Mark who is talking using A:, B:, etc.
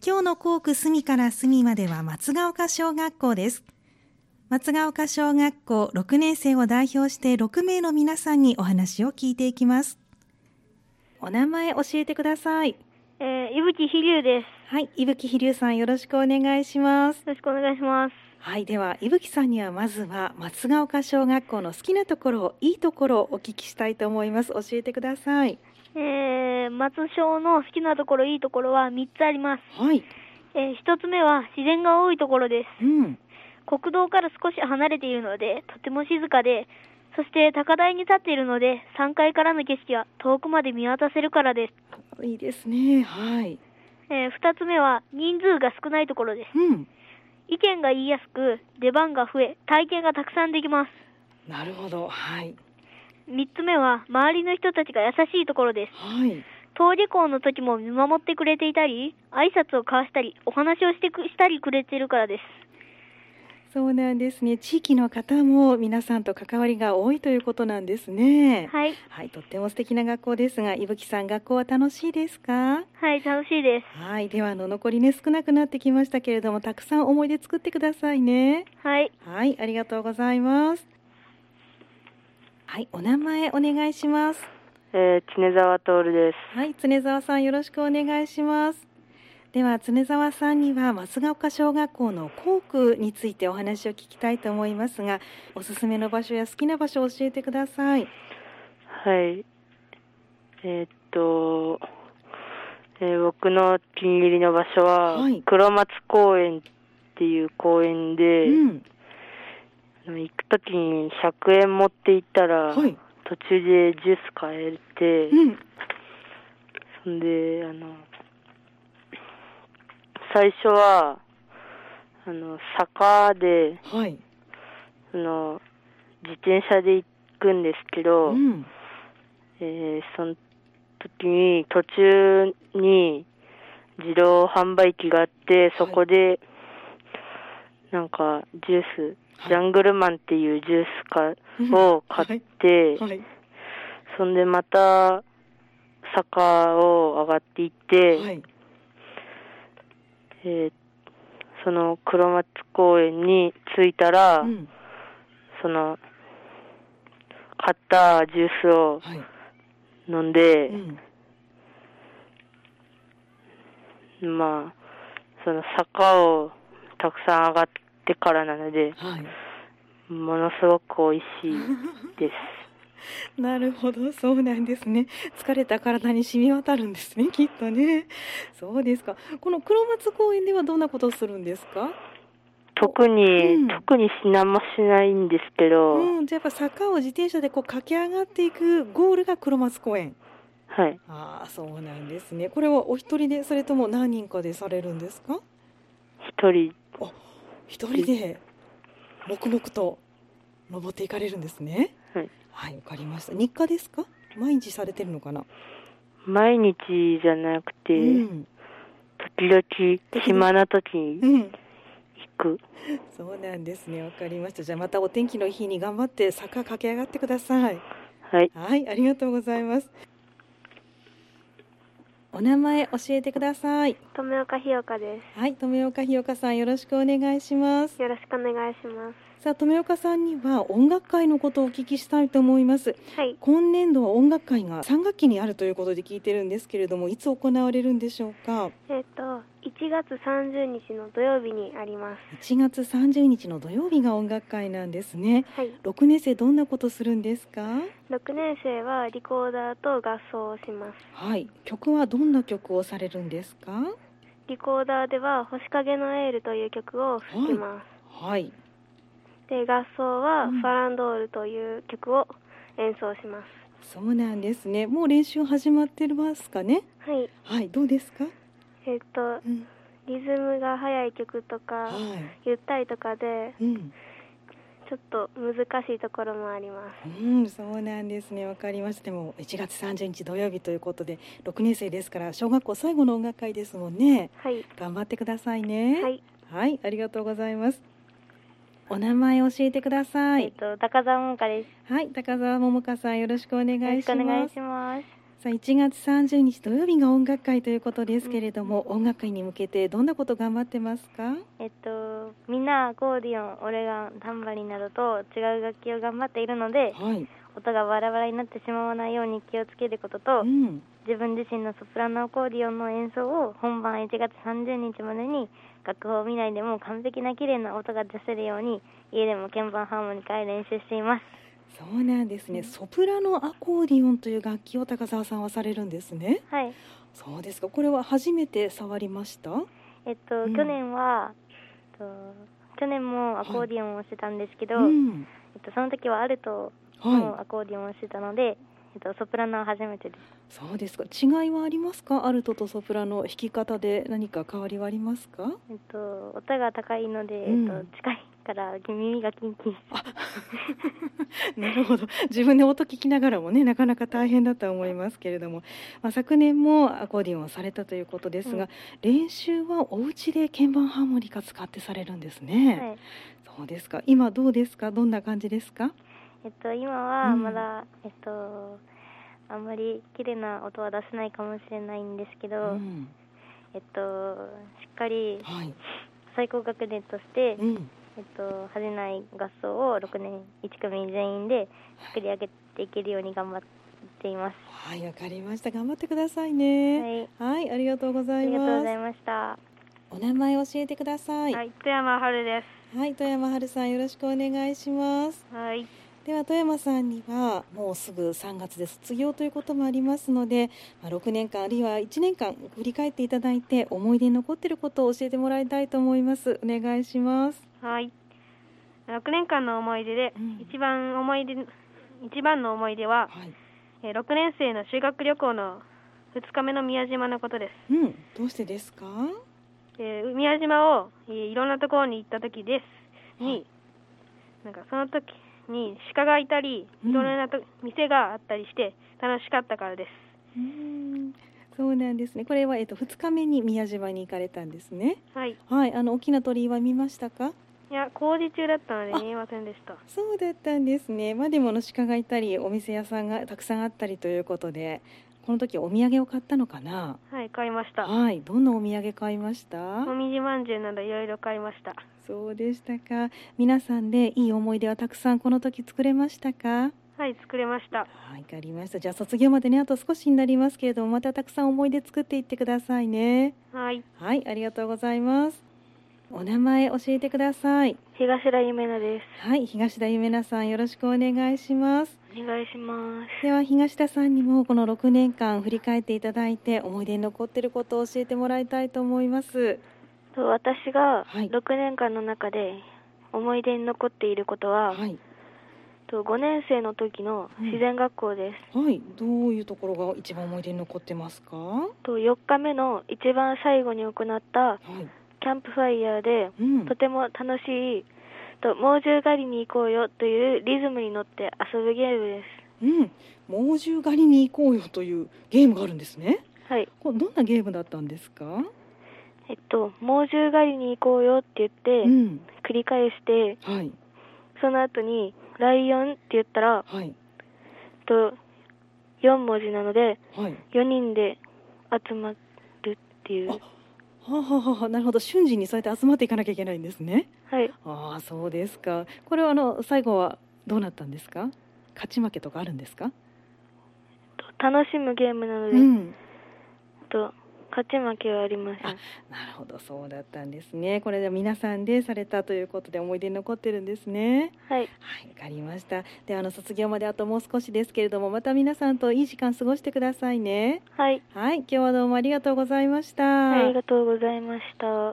A: 町の校区隅から隅までは松ヶ丘小学校です。松ヶ丘小学校6年生を代表して6名の皆さんにお話を聞いていきます。お名前教えてください。
B: えー、伊吹飛龍です。
A: はい、伊吹飛龍さんよろしくお願いします。
B: よろしくお願いします。
A: はい、では伊吹さんにはまずは松ヶ丘小学校の好きなところをいいところをお聞きしたいと思います。教えてください。
B: えー、松小の好きなところ、いいところは3つあります。
A: はい、
B: えー、1つ目は自然が多いところで
A: う
B: す。
A: ん、
B: 国道から少し離れているので、とても静かで、そして高台に立っているので、3階からの景色は遠くまで見渡せるからです。
A: いいですね。はい、
B: えー、2つ目は人数が少ないところです。
A: うん、
B: 意見が言いやすく、出番が増え、体験がたくさんできます。
A: なるほど。はい、
B: 3つ目は周りの人たちが優しいところです。
A: はい、
B: 登下校の時も見守ってくれていたり挨拶を交わしたりお話をしてくしたりくれてるからです
A: そうなんですね。地域の方も皆さんと関わりが多いということなんですね。
B: はい
A: はい、とっても素敵な学校ですが、伊吹さん学校は楽しいですか？
B: はい楽しいで
A: はい、ではあの残りね少なくなってきましたけれども、たくさん思い出作ってくださいね。
B: すはい
A: はい、ありがとうございます。はい、お名前お願いします。
C: えー、常沢徹です。
A: はい、常沢さんよろしくお願いします。では常沢さんには松ヶ丘小学校の校区についてお話を聞きたいと思いますが、おすすめの場所や好きな場所を教えてください。
C: はい。えーっと、えー僕のお気に入りの場所は、
A: はい
C: 黒松公園っていう公園で、
A: うん、
C: あの行くときに100円持って行ったら、
A: はい、
C: 途中でジュース買えて、
A: うん、
C: そんで、あの、最初は、あの、坂で、
A: はい、
C: あの、自転車で行くんですけど、
A: うん、
C: えーその時に途中に自動販売機があってそこで、なんかジュース、
A: はい
C: ジャングルマンっていうジュースかを買って、
A: はい、
C: そんでまた坂を上がっていって、
A: はい、
C: えーその黒松公園に着いたら、
A: うん、
C: その買ったジュースを
A: はい、
C: 飲んで、
A: うん、
C: まあ、その坂をたくさん上がってからなので、
A: はい。
C: ものすごく美味しい です。
A: なるほど、そうなんですね。疲れた体に染み渡るんですね、きっとね。そうですか。この黒松公園ではどんなことをするんですか。
C: 特に、
A: うん
C: 特に何もしないんですけど、
A: うん、じゃあ、やっぱ坂を自転車でこう駆け上がっていくゴールが黒松公園。
C: はい。
A: ああ、そうなんですね。これはお一人で、それとも何人かでされるんですか。
C: 一人、
A: 一人で黙々と登っていかれるんですね。
C: はい。
A: はい、わかりました。日課ですか。毎日されてるのかな。
C: 毎日じゃなくて、
A: うん。
C: 時々、暇な時に
A: うん。
C: 行く。
A: そうなんですね。わかりました。じゃあまたお天気の日に頑張って坂駆け上がってください。
C: はい。
A: はい、ありがとうございます。お名前教えてください。
B: 富岡ひよかで
A: はい、富岡ひよかさんよろしくお願いします。
B: よろしくお願いしま
A: さあ、富岡さんには音楽会のことをお聞きしたいと思います。
B: すはい
A: 今年度は音楽会が3学期にあるということで聞いてるんですけれども、いつ行われるんでしょうか。
B: えっ、と1月30日の土曜日にあります
A: 1月30日の土曜日が音楽会なんですね。
B: はい
A: 6年生どんなことするんですか。
B: 6年生はリコーダーと合奏をします
A: はい、曲はどんな曲をされるんですか。
B: リコーダーでは「星影のエール」という曲を吹きます、
A: はい、
B: で合奏は
A: う
B: 「
A: ん
B: ファランドール」という曲を演奏します
A: そうなんですね。もう練習始まってますかね。
B: はい
A: はい、どうですか。
B: えっ、と
A: うん、
B: リズムが速い曲とか、
A: は
B: ゆったりとかで
A: い、うん、
B: ちょっと難しいところもあります
A: うん、そうなんですね。わかりました。でも1月30日土曜日ということで、6年生ですから小学校最後の音楽会ですもんね。
B: はい
A: 頑張ってくださいね。
B: は、い、
A: はい、ありがとうございます。お名前教えてくださ
B: えっ
A: い。
B: と高澤桃香です
A: はい、高澤桃香さんよろしくお願いします。
B: します
A: さあ1月30日土曜日が音楽会ということですけれども、音楽会に向けてどんなこと頑張ってますか
B: えっと、みんなアコーディオン、オレガン、タンバリンなどと違う楽器を頑張っているので、
A: はい、
B: 音がバラバラになってしまわないように気をつけることと
A: う、ん、
B: 自分自身のソプラノアコーディオンの演奏を本番1月30日までに楽譜を見ないでも完璧な綺麗な音が出せるように家でも鍵盤ハーモニカへ練習しています
A: そうなんですねソプラノアコーディオンという楽器を高澤さんはされるんですね
B: はい
A: そうですかこれは初めて触りました
B: えっと、
A: うん
B: 去年は、えっと、去年もアコーディオンをしてたんですけど、
A: ん、
B: えっと、その時はアルトの
A: は
B: アコーディオンをしてたので、えっと、ソプラノは初めてです
A: い、そうですか違いはありますかアルトとソプラノ弾き方で何か変わりはありますか
B: えっと、音が高いので、
A: うん
B: えっと、近いから耳がキンキンして
A: なるほど自分で音聞きながらもねなかなか大変だとは思いますけれども、まあ、昨年もアコーディオンをされたということですが、練習はお家で鍵盤ハーモニカ使ってされるんですね、
B: はい
A: そうですか今どうですかどんな感じですか
B: えっと、今は
A: うん
B: まだ、えっと、あんまり綺麗な音は出せないかもしれないんですけど、
A: ん、
B: えっと、しっかり
A: はい、
B: 最高学年として、
A: うん、
B: えっと、派手ない合奏を6年1組全員で作り上げていけるように頑張っています。
A: はいわかりました頑張ってくださいね
B: はい、
A: はい、ありがとうござ
B: あ
A: い
B: りがとう
A: ま
B: ご
A: す
B: ざいました。
A: お名前教えてください
D: はい、富山春で
A: はい、富山春さんよろしくお願いします
D: す。はい、
A: では富山さんにはもうすぐ3月で卒業ということもありますので、まあ、6年間あるいは1年間振り返っていただいて思い出に残っていることを教えてもらいたいと思いますお願いします
D: はい。6年間の思い出で、
A: うん
D: 一番思い出、一番の思い出は、
A: はい、
D: えー6年生の修学旅行の2日目の宮島のことで
A: うん、どうしてですか
D: す。えー宮島を、えーいろんなところに行った時です。に、
A: はい
D: なんかその時に鹿がいたり、
A: うん
D: いろんなと、店があったりして楽しかったからです。
A: うんそうなんですねこれは、えっと、2日目に宮島に行かれたんですね
D: はい。
A: はい、あの大きな鳥居は見ましたか
D: いや、工事中だったので見えませんでした。
A: そうだったんですねまあでもあの鹿がいたりお店屋さんがたくさんあったりということでこの時お土産を買ったのかな
D: はい、買いました。
A: はい、どんなお土産買いました、
D: もみじまんじゅうなどいろいろ買いました。
A: そうでしたか皆さんでいい思い出はたくさんこの時作れましたか
D: はい、作れました。
A: はい、わかりましたじゃあ卒業までねあと少しになりますけれどもまたたくさん思い出作っていってくださいね
D: はい。
A: はい、ありがとうございますお名前教えてください
B: 東田夢奈です。
A: はい、東田夢奈さんよろしくお願いします
B: お願いします。
A: では東田さんにもこの6年間振り返っていただいて思い出に残っていることを教えてもらいたいと思います
B: と私が
A: はい
B: 6年間の中で思い出に残っていることは、
A: はい、
B: と5年生の時の自然学校です。
A: はい、どういうところが一番思い出に残ってますかは
B: と4日目の一番最後に行った
A: い
B: キャンプファイヤーで
A: うん
B: とても楽しいと猛獣狩りに行こうよというリズムに乗って遊ぶゲームで
A: うん、猛獣狩りに行こうよというゲームがあるんですね。
B: す。はい。
A: これどんなゲームだったんですか？
B: えっと猛獣狩りに行こうよって言って
A: うん、
B: 繰り返して
A: はい
B: その後にライオンって言ったら
A: はい
B: と4文字なので
A: はい。
B: 4人で集まるっていう
A: あはあ、はあはあはあ、なるほど。瞬時にそうやって集まっていかなきゃいけないんですね。
B: はい
A: ああ、そうですか。これはあの最後はどうなったんですか？勝ち負けとかあるんですか？
B: と楽しむゲームなので、
A: ん。
B: と勝ち負けはありませ
A: あ
B: ん
A: なるほど、そうだったんですね。これで皆さんでされたということで思い出に残ってるんですね。
B: はい
A: はい、わかりました。ではあの卒業まであともう少しですけれども、また皆さんといい時間過ごしてくださいね。
B: はい
A: はい、今日はどうもありがとうございました。
B: ありがとうございました